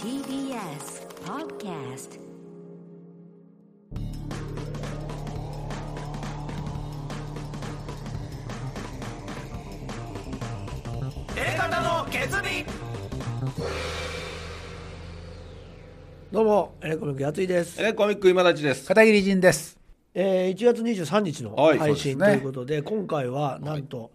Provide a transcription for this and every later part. TBS Podcast 方の決意どうも、エレコミックやついです。えコミック今立ちです片桐仁です。えー、1月23日のはい配そ信とうですいねうことで、今回はなんと、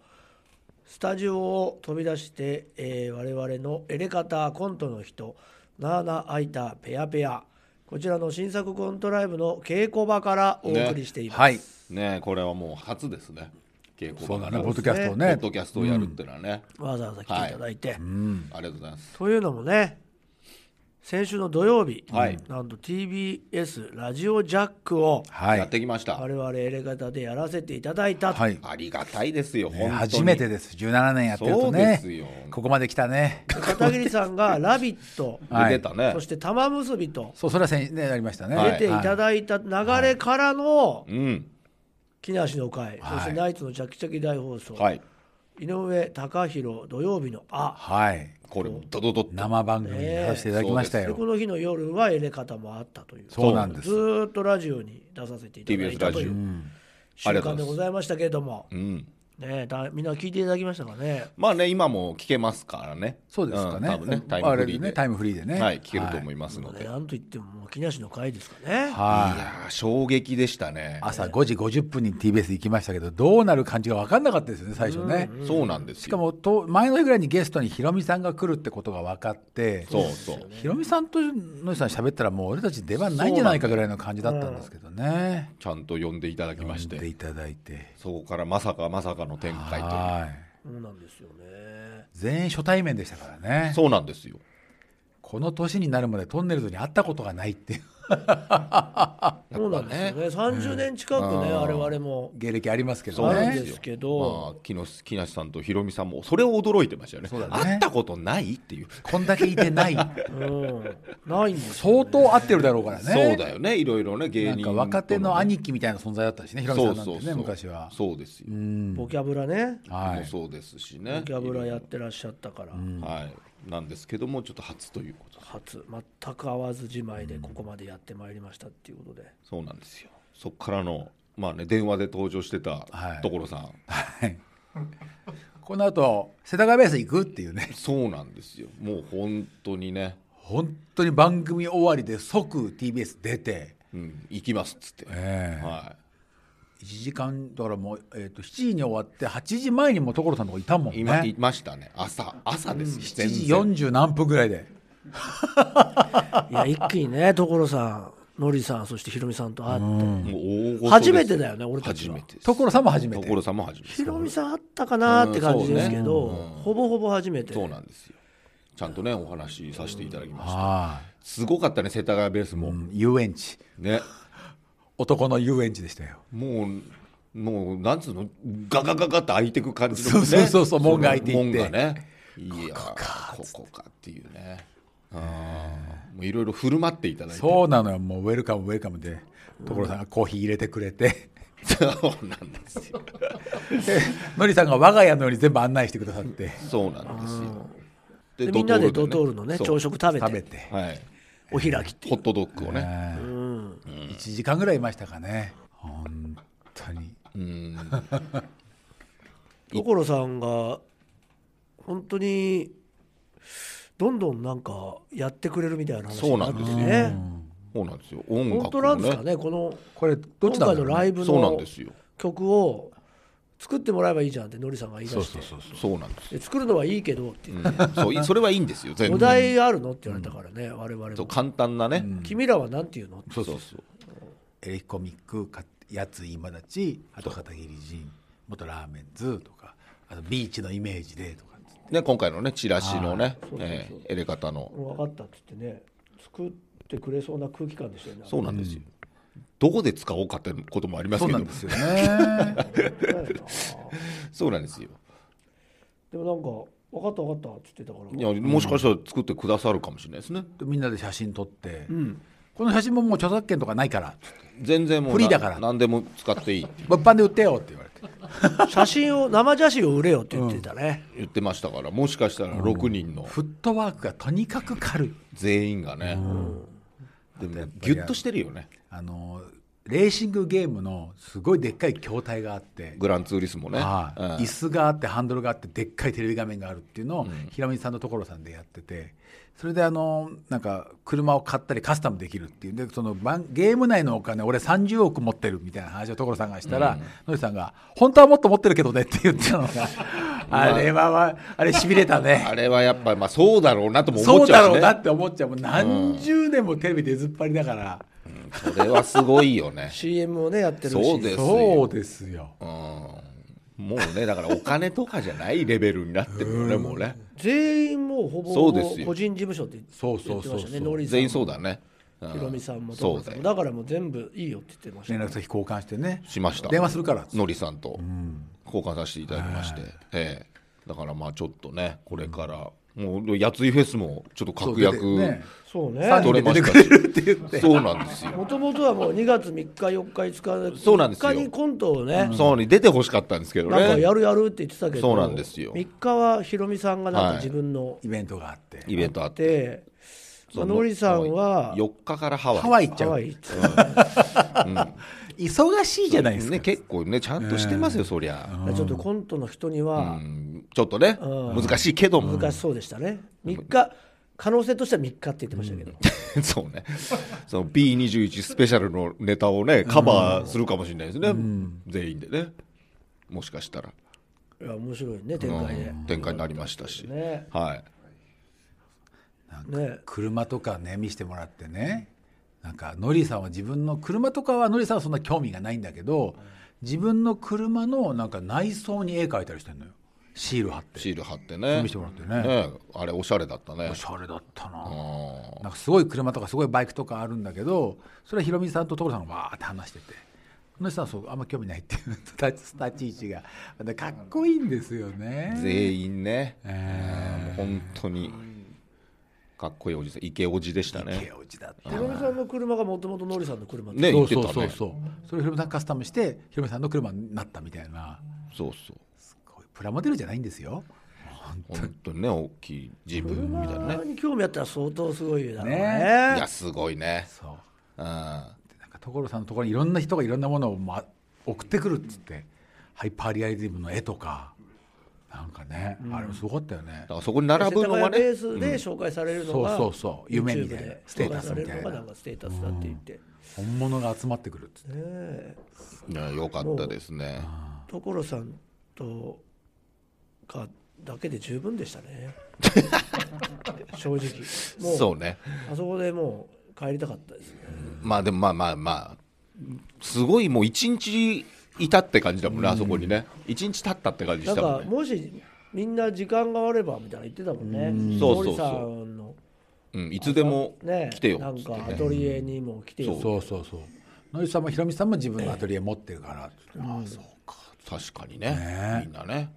スタジオを飛び出して、えー、我々のエレカタコントの人、ナーナアイタペアペア、こちらの新作コントライブの稽古場からお送りしています。はい。ねえこれはもう初ですね稽古そ場うだかね、らポッドキャストをポねッ。ドキャストをやるってのはね、わざわざ来ていただいて。ありがとうございますというのもね、先週の土曜日、はいなんと TBS ラジオジャックをはやっい。てきました、我々エレカタでやらせていただいたとはい。ありがたいですよ、本当に初めてです。17年やってるとそうでねすよ。ここまで来た ね。片桐さんが「ラビット!」はい出てたね、そして玉結びとそう、それは先ね、ありましたね。はい出ていただいた流れからのうん木梨の会、はいそしてナイツのチャキチャキ大放送、はい井上貴弘土曜日の「あはい。これドドドッと生番組に出させていただきました」でこよ。の日の夜はエレ方もあったというそうなんですずーっとラジオに出させていただい TBS たラとジいオ、う習ありがとう慣でごございましたけれども、うんねえ、だみんな聞いていただきましたかねまあね今も聞けますからねそうですかね。ん多分ねタイムあフれリーででね、タイムフリーでね。はい聞けると思いますのねで、なんといってももう木梨の会ですかねい、はい。やー衝撃でしたね朝5時50分に TBS 行きましたけど、どうなる感じが分かんなかったですよね、最初ね。そうなんですよしかもと前の日ぐらいにゲストにヒロミさんが来るってことが分かって、そうそうヒロミさんと野井さん喋ったらもう俺たち出番ないんじゃないかぐらいの感じだったんですけどね。ちゃんと呼んでいただきまし呼んでていただいて。そこからまさかまさかの展開というはい。そうなんですよね全員初対面でしたからね。そうなんですよこの年になるまでトンネルズに会ったことがないっていう そうなんですよね30年近くね、我々も芸歴ありますけそどうなあるんんねでですよ。すけど、まあ、木下木梨さんとひろみさんもそれを驚いてましたよねそうだね会ったことないっていう、こんだけいてないうん、ないんですよ、相当会ってるだろうからねそうだよねいろいろね芸な人んとかの若手の兄貴みたいな存在だったしねヒロミさんなんてね昔はそうですよ、ボキャブラね、はもういそうですしボねキャブラやってらっしゃったから、はいなんですけどもちょっと初ということで初全く会わずじまいでここまでやってまいりましたっていうことで、そうなんですよそこからのまあね電話で登場してたはい所さん、はいこの後世田谷ベース行くっていうねそうなんですよもう本当にね、本当に番組終わりで即 TBS 出て、うん、行きますっつって、ええは1時間だからもう、えー、と7時に終わって8時前にもう所さんのとこいたもんい今、いねましたね朝朝ですよ、全然7時40何分ぐらいでいや一気に ね所さんのりさんそしてひろみさんと会ってもう大御所です初めてだよね俺たち初はめてです所さんも初めて所さんも初めてひろみさん会ったかなって感じですけど、うんそうねうんほぼほぼ初めてそうなんですよちゃんとねお話しさせていただきましたはすごかったね世田谷ベースも、い、うん遊園地ね男の遊園地でしたよ。もうもうなんつうのガガガガって開いてく感じの、ね、そうそうそうそう門が開いていってその門がねいやここかここかっていうねあーもういろいろ振る舞っていただいてそうなのよ、もうウェルカム、ウェルカムで、所さんがコーヒー入れてくれて、 そうなんですよのりさんが我が家のように全部案内してくださって、そうなんですよでみんなでドトールねのねそう朝食食べて食べて、はいお開きっていホうットドッグをね1時間ぐらいいましたかね、本当に。所さんが本当にどんどんなんかやってくれるみたいな話になってそうなんでねそうなんですよ音楽もね本当なんですかねこのこれ、どっち今だろ回うのねライブそうなんのですよ曲を作ってもらえばいいじゃんってのりさんが言い出してそうなんですよで作るのはいいけどって言って、そういそれはいいんですよ全お然題あるのって言われたからね、我々そもう簡単なね、君らはなんて言うのそうそうそうエレキコミック、かやつ今立ち、あと片桐仁、元ラーメンズとか、あとビーチのイメージでとか、ね、今回のねチラシのね、えーエレカタの分かったっつってね作ってくれそうな空気感でしたよねそうなんですよ、どこで使おうかってこともありますそうけなどんですよね。そうなんですよでもなんか分かった分かったっつってたからいやもしかしたら作ってくださるかもしれないですね、で みんなで写真撮って、この写真ももう著作権とかないから、全然もうフリーだからな何でも使っていいって物販で売ってよって言われて。写真を生写真を売れよって言ってたね、言ってましたからもしかしたら6人のフットワークがとにかく軽い全員がね、でもギュッとしてるよねあのレーシングゲームのすごいでっかい筐体があって、グランツーリスもね、はいうん椅子があってハンドルがあってでっかいテレビ画面があるっていうのを、ひらみさんと所さんでやっててそれであのなんか車を買ったりカスタムできるっていうでその番ゲーム内のお金俺30億持ってるみたいな話を所さんがしたら、のりさんが「本当はもっと持ってるけどね」って言ってた のがあれは、まあ、あれしびれたね。あれはやっぱまあそうだろうなともそ思っうちだゃうしろうねなって思っちゃうもう何十年もテレビ出ずっぱりだから、それはすごいよね CM をねやってるしそうですよそうですようんもうねだからお金とかじゃないレベルになってるよねもうね全員もうほぼそほうでぼすよ個人事務所って言ってそうそうそうそう言ってましたねノリさん全員そうもだね、うんヒロミさんもそ所うさだんもよだからもう全部いいよって言ってました連ね絡先交換してねしました電話するからっつってのりさんと交換させていただきまして、ええだからまあちょっとねこれから、もうやついフェスもちょっとそう確出て約ねそう三ね人で出取れまてしくれたるって言ってしそうなんですよもともとはもう2月3日4日5日そうなんですよ3日にコントをね、そうに出てほしかったんですけどなんかねやるやるって言ってたけどそうなんですよ3日はヒロミさんがなんはかい自分のイベントがあってイベントあってで、まあ、ノリさんは4日からハワイハワイ行っちハゃうワイ行って忙しいじゃないですか、ね結構ねちゃんとしてますよ、そりゃ、ちょっとコントの人にはうんちょっとね、難しいけども難しそうでしたね、3日可能性としては3日って言ってましたけど、 そうね。その B21 スペシャルのネタをね、カバーするかもしれないですね。全員でね。もしかしたら。いや面白いね展開で、うん展開になりましたし。ねはい。ね車とかね見せてもらってねなんかノリさんは自分の車とかはノリさんはそんな興味がないんだけど自分の車のなんか内装に絵描いたりしてんのよシール貼ってシール貼ってね。見せてもらってねえあれ、おしゃれだったねお。しゃれだったなうなんかすごい車とかすごいバイクとかあるんだけどそれはヒロミさんと所さんがわーって話しててその人はそうあんま興味ないっていう立ち立ち位置がまたかっこいいんですよねん全員ね。えもう本当に。かっこいいおじさん、イケおじでしたーね毛。落ちだったヒロミさんの車がもともとノリさんの車ってね、そう言ってそうたそうね。そそううそれをヒロミさんカスタムしてヒロミさんの車になったみたいなそう。こういうプラモデルじゃないんですよ本当にね、大きい自分みたいな車ね。に興味あったら相当すごいだろうねねいや、すごいね。そううでん。なんか所さんのところにいろんな人がいろんなものを、ま、送ってくるっつって、ハイパーリアリティブの絵とかなんかね、あれもすごかったよねだからそこに並ぶのが世田谷ベねー、スで紹介されるのそうが、そうそう夢みたいな YouTube でステータス紹み介たさいれなるのがなんかステータスだって言って、本物が集まってくるっつって、ねねよかったですね。所さんとかだけで十分でしたね正直もうそうね。あそこでもう帰りたかったですねまあでもまあまあまあ、すごいもう一日いたって感じだもんね、あそこにね。一日経ったって感じなしんたもかんね。もしみんな時間があればみたいな言ってたもんねそうそ森うそうさんのうん、いつでもね来てよなっんつってかねアトリエにも来てよそうそうそうのりさんもひろみさんも自分のアトリエ持ってるからっつって、ああそうか確かにね。みんなね。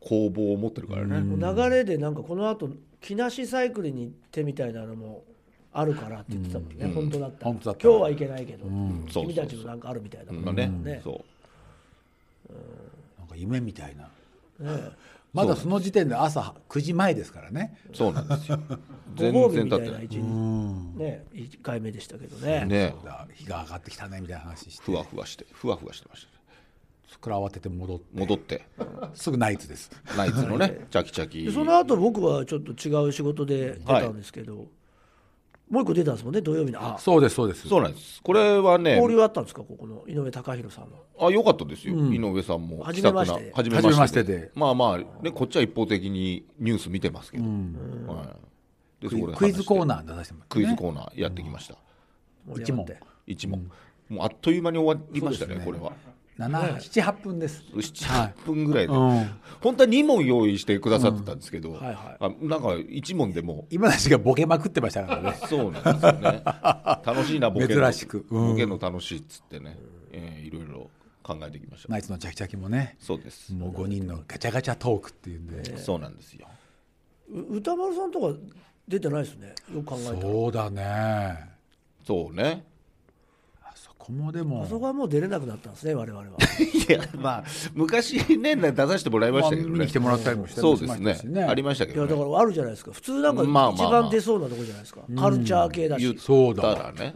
工房を持ってるからね。もう流れでなんかこの後木梨サイクルに行ってみたいなのもあるからって言ってたもんね、本当だったら本当だったら今日は行けないけど、そうそう君たちもなんかあるみたいだもんまあね。そう。なんか夢みたいな、まだその時点で朝9時前ですからねそうなんです よ。ご全褒美然みた経っいてなない。一日ね一回目でしたけどねねそうだ日が上がってきたねみたいな話してふわふわして、ふわふわしてましたね。そこから慌てて戻って戻って、 すぐナイツですナイツのね、チャキチャキで。その後僕はちょっと違う仕事で出たんですけど、もう一個出たんですもんね土曜日のあそうですそうですそうなんです。これはね、交流あったんですかここの井上貴博さんはあ良かったですよ、井上さんも初めまして初初めましてでまあまあ、ね、こっちは一方的にニュース見てますけど、はい、でクそイこで話してクイズコーナー出させてもらって、クね、イズコーナーやってきました、盛り上がって一問もうあっという間に終わりましたねこれは七七八分です。 78分ぐらいで、うん本当は2問用意してくださってたんですけど、はいはいあなんか1問でも今梨がボケまくってましたからね。うそうなんですよ ね楽しいなボケの珍しくうんボケの楽しいっつってね、えーいろいろ考えてきました、ナイツのチャキチャキもね、そうです、もう五人のガチャガチャトークっていうんで。そうなんですよう歌丸さんとか出てないですねよく考えたらそうだね。そうねあそこもでもあそこはもう出れなくなったんですね我々はいやまあ昔ね出させてもらいましたけどまあ見にね来てもらったりもしてそうましでたすしねありましたけいやどだねからあるじゃないですか普通なんかまあまあまあ一番出そうなとこじゃないですか、カルチャー系だし、言っそうただらね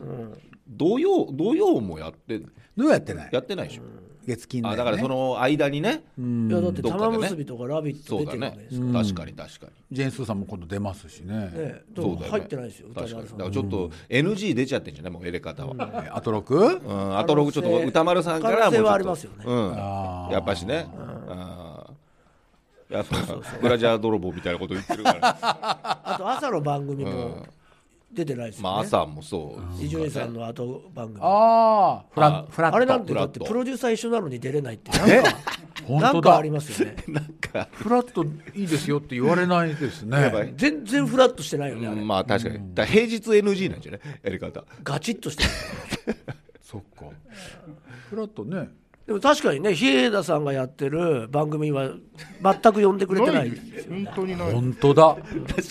土曜土曜もやってどうやってないやってないでしょ月金だよあねだからその間にねいやだってどっかで玉ね結びとか「ラビット!」そ出うだてるわけねですからね確かに確かにジェーン・スーさんも今度出ますしねえでそうもだよね入ってないですよ歌確か丸さにだんからちょっと NG 出ちゃってんじゃないもうエレ方はえあと6うんあと僕ちょっと歌丸さんか可らも能性はちょっとありますよねうんあーやっぱしねあーやっぱブラジャー泥棒みたいなこと言ってるからあと朝の番組も出てないですよねまあ朝もそう伊集院さんの後番組あああフラフラットれなんてフラだッっトてプロデューサー一緒なのに出れないってなんえか本な当んだかありますよねなんかフラットいいですよって言われないです ねばい全然フラッとしてないようねあれ、んまあ確かにだから平日 NG なんじゃないやり方ガチッとしてるそっかフラットねでも確かにね日枝さんがやってる番組は全く呼んでくれてない本当にない本当だ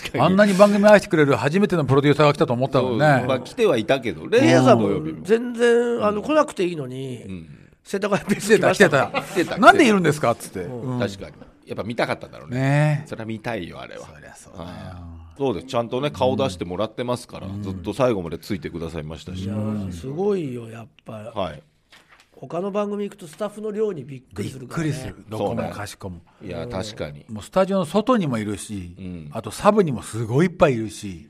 確あんなに番組愛してくれる初めてのプロデューサーが来たと思ったのにねまあ来てはいたけどね日枝さん土曜日も全然あの来なくていいのに世田谷ベー来スて来たま来したてもんた来てたなんでいるんですかっつって、確かにやっぱ見たかったんだろうねねえそれは見たいよあれはそりゃそうそうですちゃんとね顔出してもらってますから、ずっと最後までついてくださいましたし、うんすごいよやっぱはい他の番組行くとスタッフの量にびっくりびっするかくら、ね、りするどこそうもねかしこも、いや確かにもうスタジオの外にもいるし、あとサブにもすごいいっぱいいるし、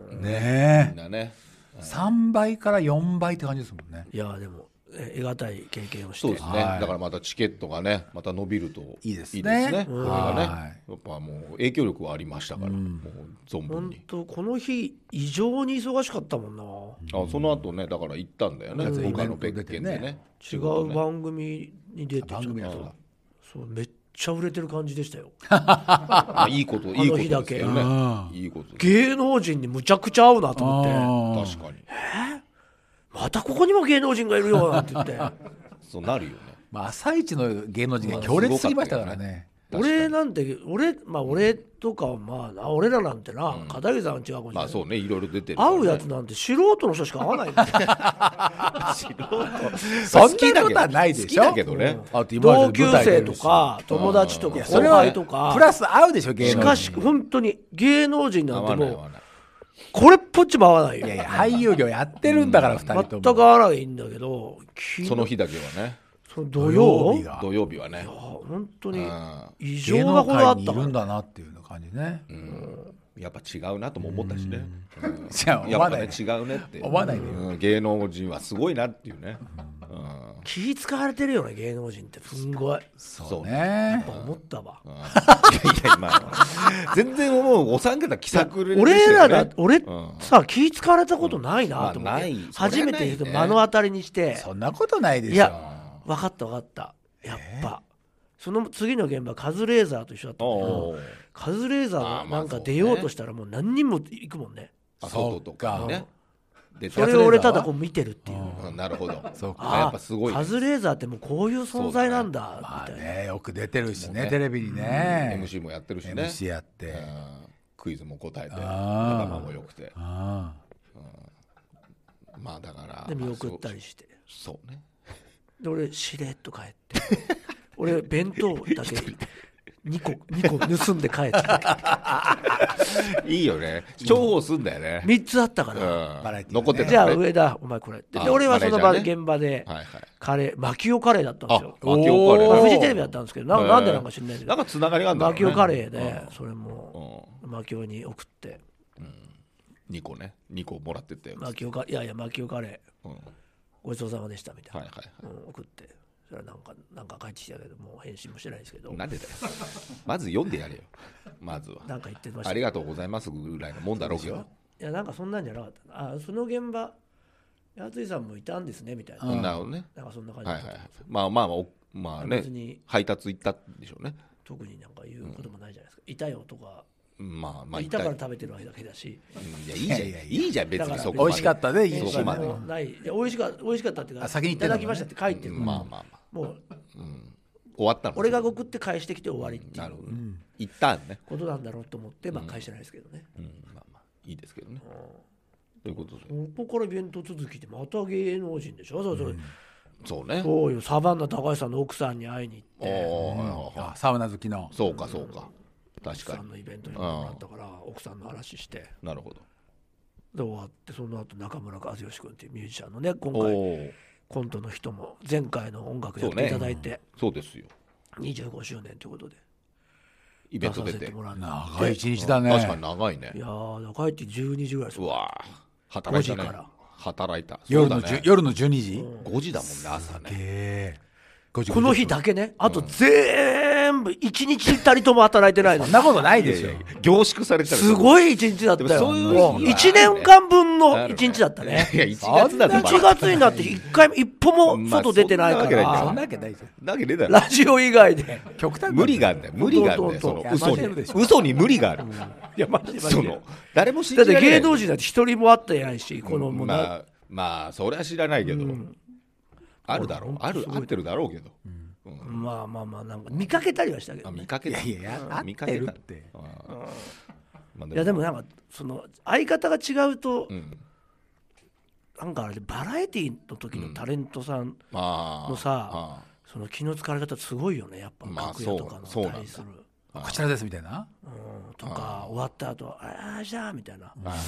ねみんえなね3倍から4倍って感じですもんねいやでもえ得難い経験をしてそうですね、はいだからまたチケットがねまた伸びるといいですねこれがねはやっぱもう影響力はありましたから、もう存分本に当この日異常に忙しかったもんなあその後ねだから行ったんだよね、うん他の別件でねイベント出てね違仕事うね番組に出て番組だちょっととそうめっちゃ売れてる感じでしたよあいいこといいことですけどねあのいいことです芸能人にむちゃくちゃ合うなと思ってあ確かにまたここにも芸能人がいるよなんて言ってそうなるよねまあ朝一の芸能人が強烈すぎましたからね俺なんて俺まあ俺とかはまあな俺らなんてな、片桐さんは違うかもしれない、まあそうねいろいろ出てるからね、会うやつなんて素人の人しか会わないん だよそんなことはないでしょ好きだけどねあと今ま同で級舞台出生るとしか友達といかや後それは輩とかプラス合うでしょ芸し能人かし本当に芸能人な合んてわない合もうわないこれっぽっちも合わないよいやいや俳優業やってるんだから2人全とく合もわないんだけど昨日その日だけはねその土曜土曜日が土曜日はねあ本当にうん異芸常な能こと界あっにいたかるらんだなっていう感じねやっぱ違うなとも思ったしねうんじゃあ思やわっぱないねで違うねって思わないでようん芸能人はすごいなっていうねうん気使われてるよね芸能人ってすんごいそうねね思ったわうんいやいやまあ全然もうお三方気さくれでし俺たよらねだ俺うんさ気使われたことないなと思まあっなてい初めてそ目れはないねの当たりにしてそんなことないでいしょや分かった分かったやっぱその次の現場カズレーザーと一緒だったんだけどおうカズレーザあーーまあなんか出ようとしたらもう何人も行くもんねあ外とかにねでそれを俺ただこう見てるっていううんなる ほどそうかあやっぱすごいねカズレーザーってもうこういう存在なんだみまあたいな、ねよく出てるしねテレビにね MC もやってるしね MC やってうんクイズも答えてあー頭も良くてあまあだからで見送ったりしてそうそうね で俺しれっと帰って俺弁当 だけ2個2個盗んで帰っていいよね重宝すんだよね3つあったかうら、んバラエティーね残ってじゃたあのね上田お前これであで俺はそのマ場ネーでジャーね現場ではいはいカレーマキオカレーだったんですよあマキオカレおーーフジテレビだったんですけどななんでなんか知んないけなどんかつながりがあるんだろマうキねオカレーでそれもマキオに送って2個ね2個もらってったよマキオカいやいやマキオカレーうんはいごちそうさまでしたみたいなはいはうん送ってそれはなんかなんか返ってきたけどもう返信もしてないですけどいなんでだよまず読んでやれよまずは なんか言ってましたありがとうございますぐらいのもんだろうけどいやなんかそんなんじゃなかったなあその現場やついさんもいたんですねみたいな、なるほどねなんかそんな感じはいだっはいた、はいまあまあまあおまあ別ねに配達行ったんでしょうね特になんか言うこともないじゃないですか、いたよとかまあまあい行ったたからよ食べてるわけだけだしうんいやいいじゃいんやいやいいやいじゃん別だにからそこまで美味しかったでいいそこまでもうないいや美味しか美味しかったっていうかあ先に言ってんいただだもんねきましたって書いてる、まあまあまあもう終わったの俺が送って返してきて終わりっていなるうほどね行ったんねことなんだろうと思って、まあ返してないですけどね、うんまあまあいいですけどねということでここからイベント続きでまた芸能人でしょそうそう、そうねそうよサバンナ高橋さんの奥さんに会いにあ行ってああサウナ好きのそうかそうか確奥かさんにのイベントに呼んでもらったから奥さんの話してなるほどで終わってその後中村和義君っていうミュージシャンのね今お回おーコントの人も前回の音楽やっていただいてそうですよ25周年ということでイ出ベントさ出せててもらって長い一日だね確かに長いねいやー帰って12時ぐらいですうわー働いた5時ねから働いた夜のそうだ10ね夜の12時5時だもんね朝ねええここの日だけねあと全部一日たりとも働いてないのそんなことないですよ凝縮されてたらすごい一日だったよでもそういう日はあるね1年間分なのる一日だったねいや1月だって1月になって一回も一歩も外出てないかまあそそんらんなわけないじゃんだけねえだろラジオ以外で極端無理があるんだよ無理があるんだよそどうどうどのう嘘いやマジでにしょ嘘に無理があるいやマジでマジそでの誰も信だっじらてれない芸能人なんて一人も会ってないしこのもうなまあまあそれは知らないけどあるだろうある合ってるだろうけどまあまあまあなんか見かけたりはしたけどあね見かけたいやいや見かけ合たってるってあーまあいやでもなんかその相方が違うとうんなんかあれバラエティの時のタレントさんまあのさあその気の使われ方すごいよねやっぱまあ楽屋とかそのうそうなんだ対するこちらですみたいなうんとか終わった後ああじゃあみたいなーはい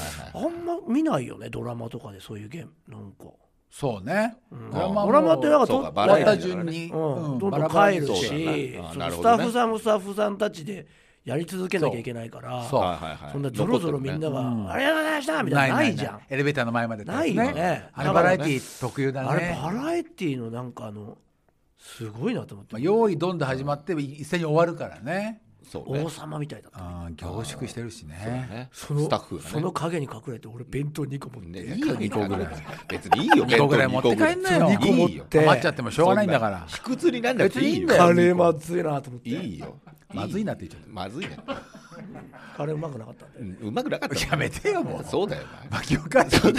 はいあんま見ないよねドラマとかでそういうゲームなんかそうねドあードラマってなんかそうと終かバ終ラわエったティーだから順ねにうん、うんどんバどんラバラに帰るそうそうしだねあそなのるスほタどねッフさんもスタッフさんたちでやり続けなきゃいけないからそうはいはいはいそんなぞろぞろみんながう「ありがとうございました」みたいなのないじゃんエレベーターの前までってやつないよねあれバラエティー特有だねあれバラエティのなんかあのすごいなと思って、まあ、用意どんで始まって一斉に終わるからねそうね王様みたいだった、あー凝縮してるしねねそのスタッフがねその影に隠れて俺弁当2個持って、ねいいよ2個ぐらい別にいいよ2個ぐらい持って帰んなよ2個ぐらいいいよて余っちゃってもしょうがないんだから卑屈になんなくていい別によいいんだよカレーまずいなと思っていいよまずいなって言っちゃったまずいねカレーうまくなかったんだようんうまくなかったやめてよもうそうだよ巻き起 こすこお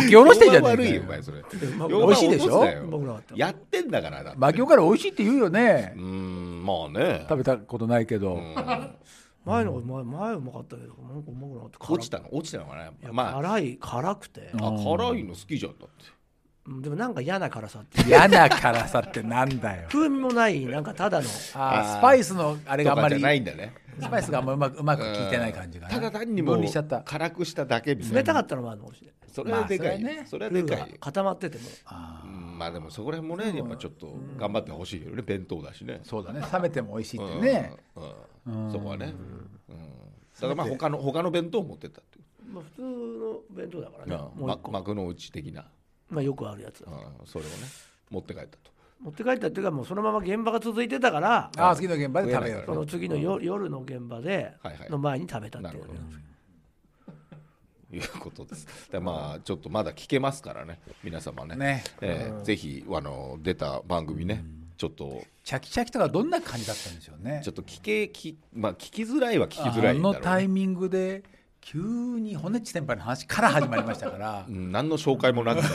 き前下ろしてんじゃね悪いえよかよお前それまく評判美味しいでしょ落とすなようまくなかったやってんだからだって巻き起こる美味しいって言うよねうーんまあね食べたことないけど前の前前うまかったけどなんかうまくなかった辛く落ちたの落ちたのかねいやま辛い辛くてあ、あ辛いの好きじゃんだってうんでもなんか嫌な辛さっていう嫌な辛さってなんだよ風味もないなんかただのあーあースパイスのあれがあとんまかじりゃないんだねスパイスがあんまうまくうまく効いてない感じがねただ単にも分う離しちゃった辛くしただけみたいな冷たかったのもあるのかもしれないそれはでかいよまあそれはルでーかいがよ固まっててもうんまあでもそこら辺もねやっぱちょっと頑張ってほしいよね弁当だしねそうだね冷めても美味しいってねうんそこはねうんだからまあ他の他の弁当を持ってったっていうまあ普通の弁当だからねもう一ま個幕の内的なまあよくあるやつうんそれをね持って帰ったと持って帰ったっていうかもうそのまま現場が続いてたからああ次の現場で食べよう食とその次のよ、夜の現場ではいはいの前に食べたってないるうほどいうこと です。でまあちょっとまだ聞けますからね皆様ね。ねええぜひあの出た番組ねちょっとチャキチャキとかどんな感じだったんでしょうねちょっと聞けきまあ聞きづらいは聞きづらあいんだろう、ね。のタイミングで急に骨っち先輩の話から始まりましたからうん何の紹介 もなくて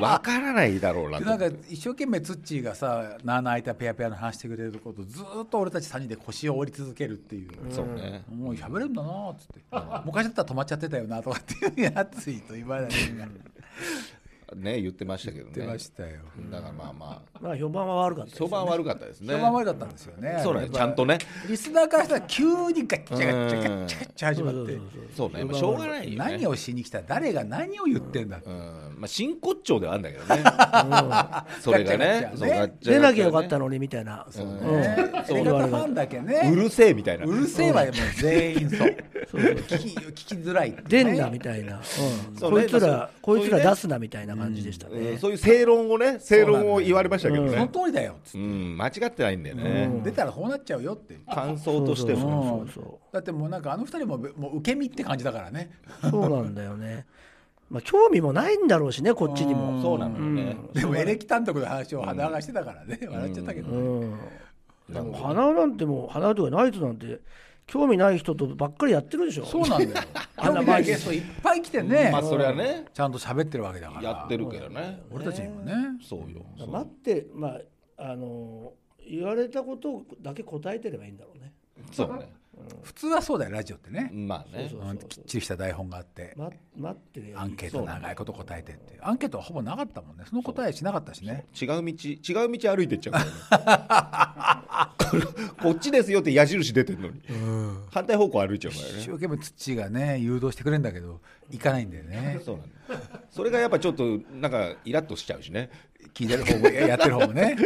わからないだろうなでとなんか一生懸命ツッチーがさ「なあなあいたペアペア」の話してくれることずーっと俺たち3人で腰を折り続けるっていう。そうね。もう喋れるんだなーっつって、昔だったら止まっちゃってたよなとかっていうやついと言わないでやっね言ってましたけどね。てましたよ。だからまあまあまあ評判は悪かったです評判悪かったですね。そのままだったんですよね。そうだねちゃんとね。リスナーからしたら急にガッチャガッチャガッチャガッチャ始まそっうてそうそうそうそうね、まあしょうがないよね。何をしに来た誰が何を言ってんだってうんまあ真骨頂ではあるんだけどね。 それがねガッチャガッチャね、そうガッチャ出なきゃよかガッチャねったのにみたいなそうね映画ファンだけねうるせえみたいな。うるせえわよもう全員そうそうそう聞き聞きづらいって出んなみたいな、うんそうこいつそうらねこいつら出すなみたいな感じでしたうねんそういう正論をね、正論を言われましたけどそのね。通りだよっつっうてん、間違ってないんだよね。出たらこうなっちゃうよって感想としても。そううんそだってもうなんかあの二人ももう受け身って感じだからねうそうなんだよねまあ興味もないんだろうしねこっちにもそうなのよね。でもエレキ単独の話を鼻がしてたからね笑っちゃったけどねでも花なんてもう花とかナイツなんて興味ない人とばっかりやってるでしょそうなんだよあん興な味ないゲストいっぱい来てねまあそれはね、ちゃんと喋ってるわけだからやってるけどね。俺たちにもねそうよ。そう待ってまああの言われたことだけ答えてればいいんだろうねそうね。普通はそうだよラジオってね、まあねそううんきっちりした台本があって、ま、待ってねアンケート長いこと答えてっていうアンケートはほぼなかったもんねその答えしなかったしね違う道違う道歩いてっちゃうからね こっちですよって矢印出てんのに、反対方向歩いちゃうから一生ね懸命土がね誘導してくれるんだけど行かないんだよねそうなんだそれがやっぱちょっとなんかイラッとしちゃうしね聞いてる方もやってる方もね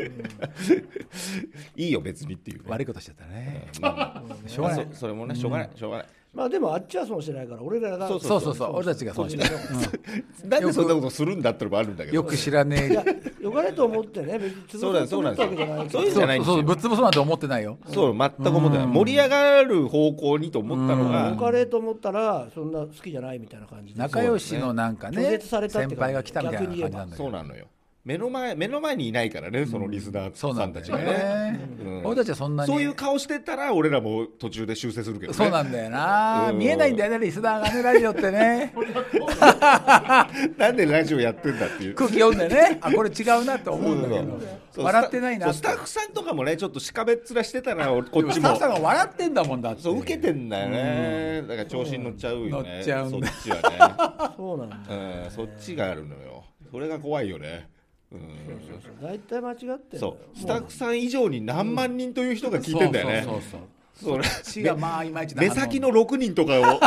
いいよ別にっていうね、悪いことしちゃったねまあしょうがないそそれもねしょうがないしょうがないまあでもあっちは損してないから俺らがそうそうそうそう俺たちがそうしてるなんでそんなことするんだってのもあるんだけどよく知らねいやえよかれと思ってね別に潰 そうなんそうですとそう思なんっでたすわけじゃないけそどそうそうういうんじゃないんですよぶっ潰そうなんて思ってないよそう全く思ってない盛り上がる方向にと思ったのよがかれと思ったらそんな好きじゃないみたいな感じで仲良しのなんかそうねですね拒絶されたって先輩が来たみたいな感じなんだけそうどなのよ目の前目の前にいないからねそのリスナそうーなさんんだたちよがねねうん俺たちはそんなにそういう顔してたら俺らも途中で修正するけどねそうなんだよなうん見えないんだよねリスナーがねラジオってね なんでラジオやってんだ っていう空気読んでねあこれ違うなと思うんだけそうそうそどう笑ってないなそっうてスタッフさんとかもねちょっとしかべっ面し てたら俺こっちスタッもフさんが笑ってんだもんだってそう受けてんだよねだから調子に乗っちゃうよね乗っちゃうんだそっちはそうなんだねうんそっちがあるのよそれが怖いよねうん大体間違ってんだよそうスタッフさん以上に何万人という人が聞いてんだよねそうそうそうそうそれ血がまあいまいちな目先の6人と かを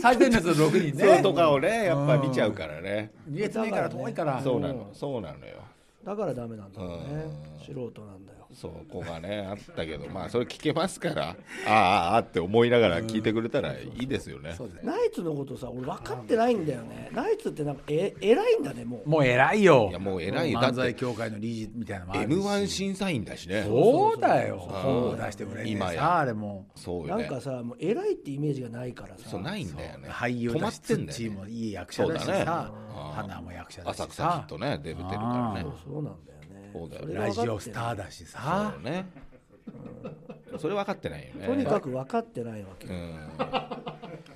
最前列の6人そうねとかをねやっぱ見ちゃうからね見えてないから遠いからそうなのそうなのよだからダメなんだよね素人なんだよそうこがねあったけどまあそれ聞けますからああああって思いながら聞いてくれたらいいですよねそうですナイツのことさ俺分かってないんだよねナイツってなんかえ偉いんだねもうもう偉いよいやもう偉いよだっ漫て才協会の理事みたいなのもあるし m 1審査員だしねそうだよ本を出してもらえねえ今さやあれもそうなよんねかさもう偉いってイメージがないからさそうないんだよね俳優止まだっしてツんッだチーよもねいい役者だしそうだねさうん花も役者だし浅草キさッドねデブ出てるからねそうなんだよねそうだよそれがラ分かってないジオスターだしさそうねそれ分かってないよねとにかく分かってないわけうん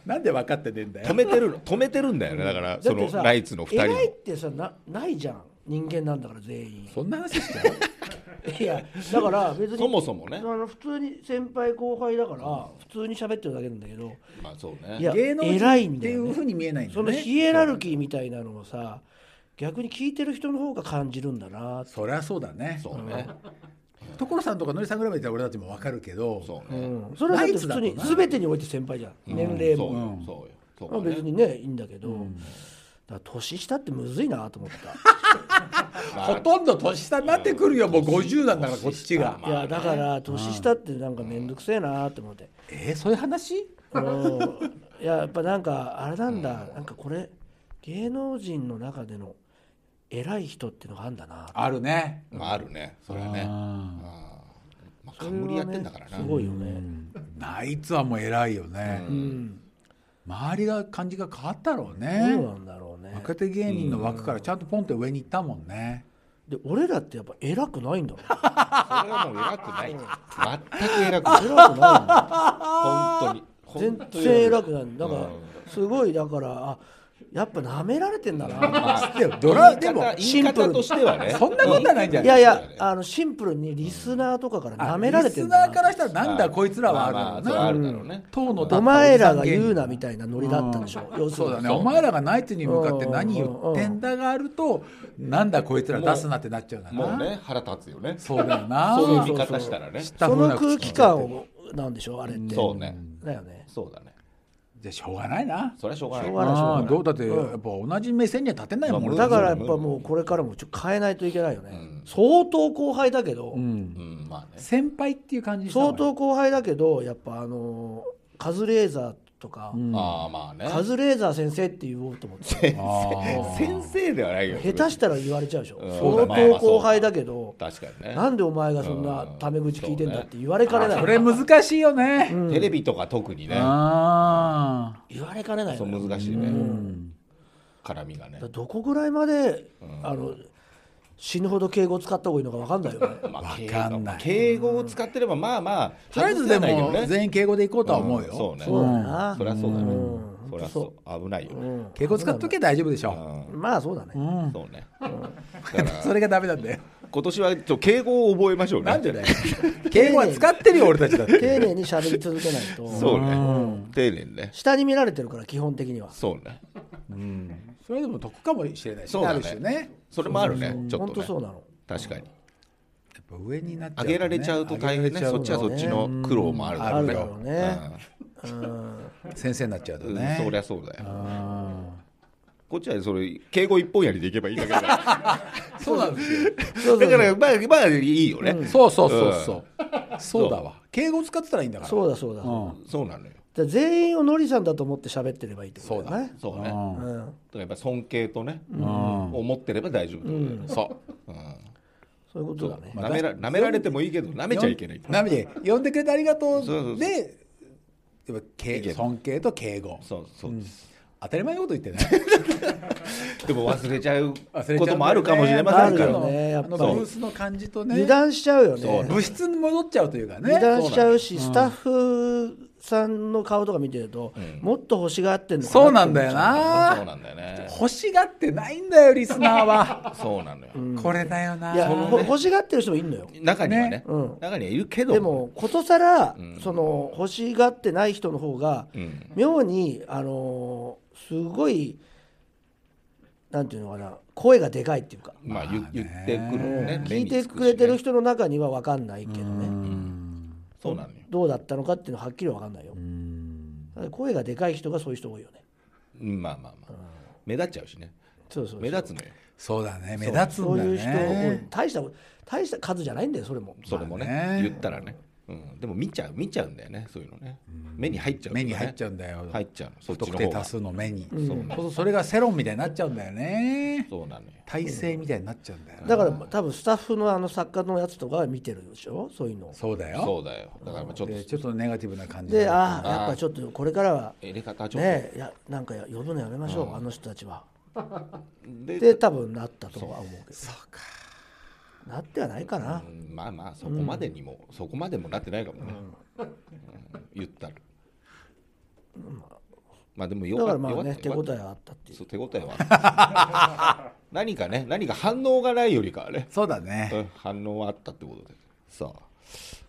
なんで分かってねえんだ止よめてるの止めてるんだよねだからそのナイツの2人偉いっのてさなないじゃん人間なんだから全員そんな話しちゃういやだから別にそもそもねあの普通に先輩後輩だから普通に喋ってるだけなんだけどまあそうねいや芸能人偉いんっだていよねうふうに見えないんだそよのねヒエラルキーみたいなのをさ逆に聞いてる人の方が感じるんだなってそりゃそうだねそうね所さんとかのりさんぐらいまで言ったら俺たちも分かるけどそううねん、それはだって普ナ通イツにだとな全てにおいて先輩じゃん、年齢そうも、よそうよそうまあ、かね別にねいいんだけど、だから年下ってむずいなと思っ ほとんど年下になってくるよもう50なんだからこっちがたいやだから年下ってなんか面倒くせえなと思って、えーそういう話うんいややっぱなんかあれなんだ、なんかこれ芸能人の中での偉い人ってのがあるんだなあるねまああるねそれはねあーまあ冠やってんだからなすごいよね、ナイツはもう偉いよね、周りが感じが変わったろうね、そうなんだろうね若手芸人の枠からちゃんとポンって上に行ったもんね、で俺らってやっぱ偉くないんだろうそれはもう偉くない全く偉くない偉くないんだ本当に全本当に然偉くないだからすごいだからあやっぱなめられてんだなでもドラで言いも方シ言いンプル方としてはねそんなことはないんじゃいないやいやあのシンプルにリスナーとかからなめられてリんスナだーかならしたらなんだこいつらはあるだろうな、まあまあそうあるだろうね党の立ったお前らが言うなみたいなノリだったでしょ要すそるうにだねお前らがナイツに向かって何言ってんだがあるとなんだこいつら出すなってなっちゃうんだなもうね腹立つよねそうだよなそういう見方したらね知ったそふうなの口利空いて気感をなんでしょうあれってそうねだよねそうだねじゃあしょうがないなそれはしょうがないしょうがないああどうだってやっぱ同じ目線には立てないもん俺だたちからやっぱもうこれからもちょっと変えないといけないよね、相当後輩だけど、うんまあね先輩っていう感じにした方相がいい当後輩だけどやっぱあのーカズレーザーとか、ああまあねカズレーザー先生って言おうと思 って先生ではないよ下手したら言われちゃうでしょ、そ相うだまあま当あそう後輩だけど、確かにね なんでお前がそんなタメ口聞いてんだって言われかねない、それ難しいよね、テレビとか特にねああ言われかねないそようねだか難しいね絡みがねらどこぐらいまで、あの死ぬほど敬語使った方がいいのか分かんないよね まわあかんない敬語を使ってればまあまあとりあえずで外せないもけどね全員敬語でいこうとは思うよ、そうねそうだなそりゃそうだねそりゃそう危ないよね敬語使っときゃ大丈夫でしょ、まあそうだね、そうねだか らそれがダメなんだよ今年はちょっと敬語を覚えましょうね。なんでだよ。敬語は使ってるよ、俺たちだ って。丁寧に喋り続けないとそうね。丁寧にね。下に見られてるから基本的にはそうね。それでも得かもしれないし、そうあだる種ねね。。それもあるね。ちょっ本と当ね。そうなの確かに。やっぱ上になっちゃう上とねげられちゃうと大変ね。そっちはそっちの苦労もあるだあろうるねだろうね先生になっちゃうとうんね。そりゃそうだよ。こっちはそれ敬語一本やりでいけばいいだけだから。そうなんですよ。そうそだうそうからまあまあいいよね。そうそうそうそう。そうだわ。敬語使ってたらいいんだから。そうだそうだ、うん。そうなのよ。じゃあ全員をノリさんだと思って喋ってればいいってことだよねそうね。だうんうだ、ん、からやっぱ尊敬とね、思ってれば大丈夫だよね。そう。そういうことだね舐めら舐められてもいいけど舐めちゃいけない。なめで呼んでくれてありがとそうそうそううで、やっぱ敬尊敬と敬語。そうそうです。当たり前のこと言って ない。でも忘れちゃ忘うれちゃうんだよねこともあるかもしれませんかあるらよ。ねやっぱりあのブースの感じとね。油断しちゃうよね物質に戻っちゃうというかね。油断しちゃうし、スタッフさんの顔とか見てると、もっと欲しがってんのかそうなんってだよ思っちゃそな。うなんだよね。欲しがってないんだよ、リスナーは。 そうなのよ。これだよな。いや、ほ欲しがってる人もいるのよ中にはねね、うん中にはいるけどでもことさら、その欲しがってない人の方が、ん妙にあのーすごいなんていうのかな声がでかいっていうか、まあ言言ってくるね。聞目いにてつしねくれてる人の中には分かんないけどね、そうなのよ。どうだったのかっていうのははっきり分かんないよ、だから声がでかい人がそういう人多いよねうんまあまあまあ。目立っちゃうしね。そうそう目立つのよ。そうだね。目立つそんうだいう人多ねい。大した大した数じゃないんだよそれもそれもね,、まあね言ったらね、うん、でも見ちゃう見ちゃうんだよねそういうのね目に入っちゃう、ね、目に入っちゃうんだよ。入っちゃうのそっち特の定方多が数の目に。んそうそうそうそれが世論みたいになっちゃうんだよね。そうなのよ体制みたいになっちゃうんだよな。だから多分スタッフのあの作家のやつとかは見てるでしょそういうのそうだよ。そうだよだからまあちょっとでちょっとネガティブな感じでああやっぱちょっとこれからは入れ方はちょっと、ねいやなんか呼ぶのやめましょう、あの人たちはでで多分なったとは思うけどそうかなってはないかな、うんまあまあそこまでにも、そこまでもなってないかもね、うん言ったら、まあでもよだかかっらたまあよねかった手よか応っえたはあったっていうそう手応えはあった 何かね何か反応がないよりかはねそうだね。うん反応はあったってことでさあ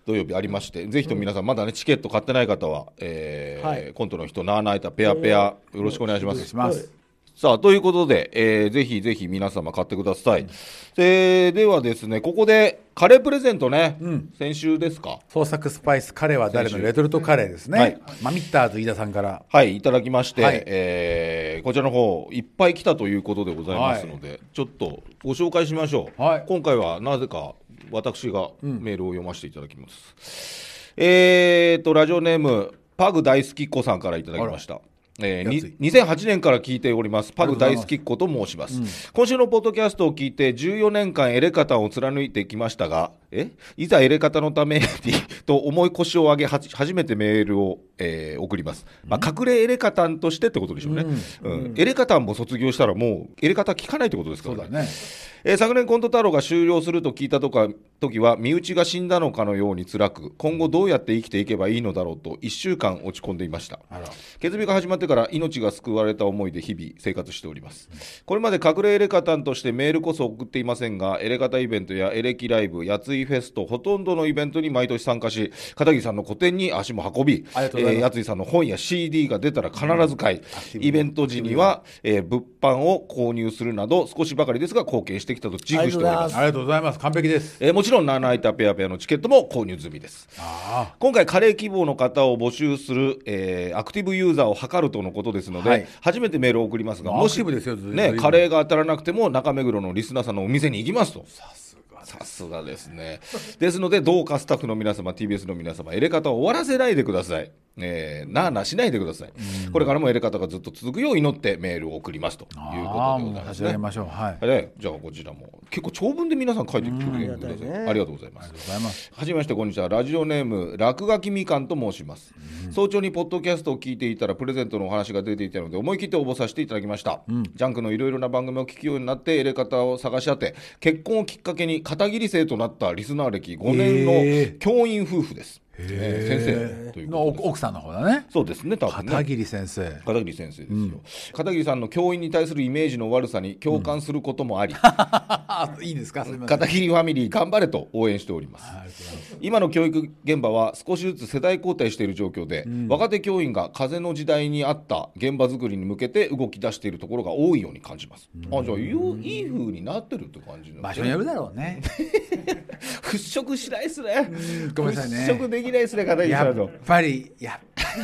土曜日ありましてぜひとも皆さんまだねチケット買ってない方は、えーはいコントの人なあなあいたペアペアよろしくお願いしま失礼すします。さあということで、えーぜひぜひ皆様買ってください、でではですねここでカレープレゼントね、先週ですか創作スパイスカレーは誰のレトルトカレーですね。はいマミッターズ飯田さんから。はいいただきまして、はいえーこちらの方いっぱい来たということでございますので、ちょっとご紹介しましょう、はい今回はなぜか私がメールを読ませていただきます、えー、とラジオネームパグ大好きっ子さんからいただきました、えーやについ2008年から聞いておりますパグ大好きっ子と申します今週のポッドキャストを聞いて14年間エレカタンを貫いてきましたがえいざエレカタのために と思い腰を上げはじ初めてメールを、えー送ります、まあ、隠れエレカタンとしてってことでしょうね、うんエレカタンも卒業したらもうエレカタ聞かないってことですかそうらねだね。えー昨年コント太郎が終了すると聞いたとか時は身内が死んだのかのように辛く今後どうやって生きていけばいいのだろうと1週間落ち込んでいましたあら血病が始まってから命が救われた思いで日々生活しておりますこれまで隠れエレカタンとしてメールこそ送っていませんがエレカタイベントやエレキライブやついフェスとほとんどのイベントに毎年参加し片桐さんの個展に足も運びありがとうございますえーやついさんの本や CD が出たら必ず買い、イベント時には、えー物販を購入するなど少しばかりですが貢献してきたと自負しておりありがとうございますますありがとうございます。完璧です。えーもちろんナーナイタペアペアのチケットも購入済みですあ今回カレー希望の方を募集する、えーアクティブユーザーを測るとのことですので、はい初めてメールを送りますがまあもアクし、ティブですよずいぶんね、カレーが当たらなくても中目黒のリスナーさんのお店に行きますとさすがさすがですねですのでどうかスタッフの皆様 TBS の皆様入れ方を終わらせないでくださいえー、なあなあしないでください、これからも入れ方がずっと続くよう祈ってメールを送りますというこあ。とでもごうざ差いますし上ねげ。ましょう。はい。ありがとはい、じゃあこちらも結構長文で皆さん書いてきてくれてください、うんありがとうございますうございます。はじめましてこんにちはラジオネーム落書きみかんと申します、早朝にポッドキャストを聞いていたらプレゼントのお話が出ていたので思い切って応募させていただきました、ジャンクのいろいろな番組を聞くようになって入れ方を探し当て結婚をきっかけに片桐生となったリスナー歴5年へのー教員夫婦です、えー先生というのこと奥です奥さんの方だねそうですね多分ね片桐先生片桐先生ですよ、片桐さんの教員に対するイメージの悪さに共感することもあり、あいいですかすみません 片桐ファミリー頑張れと応援しております今の教育現場は少しずつ世代交代している状況で、若手教員が風の時代に合った現場作りに向けて動き出しているところが多いように感じます、あじゃあいういい風になってるって感じなん場で所によるだろう ね払拭しないっすねごめんなさいね 払拭できないっすね片桐さやんのっぱりや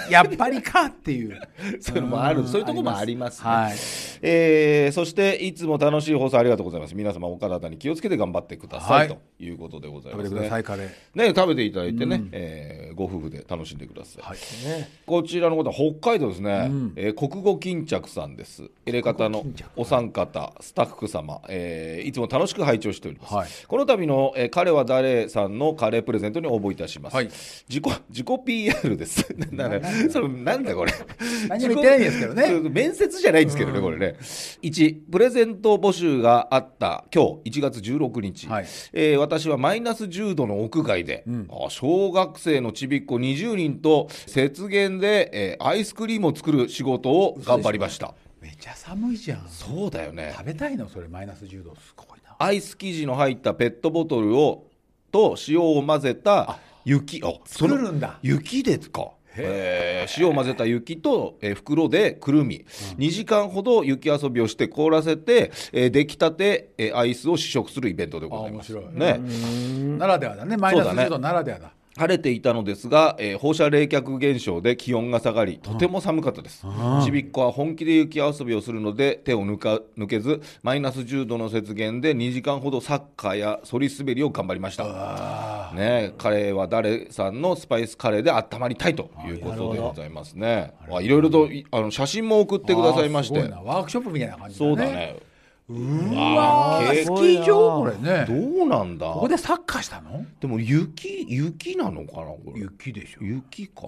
やっぱりかっていうそういうのもあるそういうところもありますねはいえーそしていつも楽しい放送ありがとうございます皆様お体に気をつけて頑張ってください、はいということでござい食まべす、ね、てくださいカレーね、食べていただいてね、えーご夫婦で楽しんでください、はいねこちらの方は北海道ですね、えー国語巾着さんですエレ方のお三方スタッフ様、えーいつも楽しく拝聴しております、はいこの度の、えー彼は誰さんのカレープレゼントに応募いたします、はい自己自己 PR です なんだそれなんだこれ何も言ってないんですけどね自己面接じゃないんですけどね、これね1プレゼント募集があった今日1月16日、はいえー私はマイナス10度の屋外で、あ小学生のちびっ子20人と雪原で、えーアイスクリームを作る仕事を頑張りましためちゃ寒いじゃんそうだよね食べたいのそれマイナス10度すごいなアイス生地の入ったペットボトルをと塩を混ぜた雪あその作るんだ雪ですかえー塩を混ぜた雪と、えー袋でくるみ、2時間ほど雪遊びをして凍らせて、えー出来たて、えーアイスを試食するイベントでございますあ面白いね、ならではだねマイナス10度ならではだ晴れていたのですが、えー放射冷却現象で気温が下がりとても寒かったです、ちびっ子は本気で雪遊びをするので手を抜か抜けずマイナス10度の雪原で2時間ほどサッカーやそり滑りを頑張りました、ねえ、カレーは誰さんのスパイスカレーで温まりたいということでございますねあいろいろといあの写真も送ってくださいましあーてすごいなワークショップみたいな感じだねそうだねうわースキすごいなー場これどねうなんだここでサッカーしたのでも雪雪なのかなこれ雪でしょ雪か、あ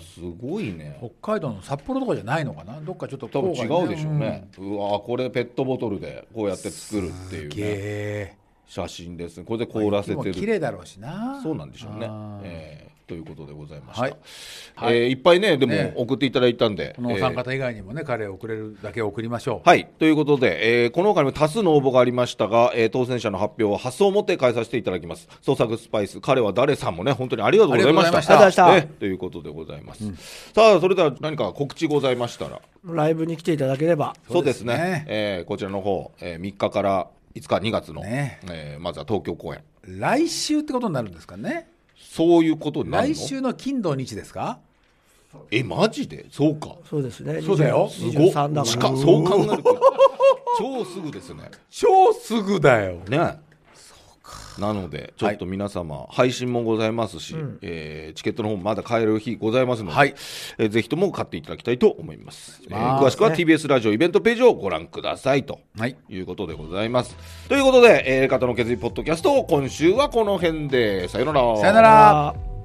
すごいね北海道の札幌とかじゃないのかなどっかちょっと多分郊違外うでしょうね、うわーこれペットボトルでこうやって作るっていう、すげね、え写真ですねこれで凍らせでもて綺る麗だろうしなそうなんでしょうねあ、ーえーということでございました、はいいえーいっぱいねでもね送っていただいたんで、このお三方以外にもねカレーをくれるだけ送りましょうはい。ということで、えーこの他にも多数の応募がありましたが、えー当選者の発表を発送をもって返させていただきます。創作スパイス、彼は誰さんもね、本当にありがとうございました。ありがとうございましたありがとうございましたねということでございます。さあ、それでは何か告知ございましたら。ライブに来ていただければそうですね。そうですねえーこちらの方、えー3日から5日、2月の、ねえーまずは東京公演。来週ってことになるんですかねそういうことになるの来週の金土日ですかえ、マジでそうか。そうですねそうだよすごっ。し23だかか、らそう考えると、超すぐですね。超すぐだよね。なので、ちょっと皆様、配信もございますし、えーチケットの方もまだ買える日ございますので、はいえーぜひとも買っていただきたいと思います。えーます詳しくは TBS ラジオイベントページをご覧くださいと。はいいうことでございます。ということで、えー、方の決意ポッドキャスト、今週はこの辺で、さよなら。さよならあー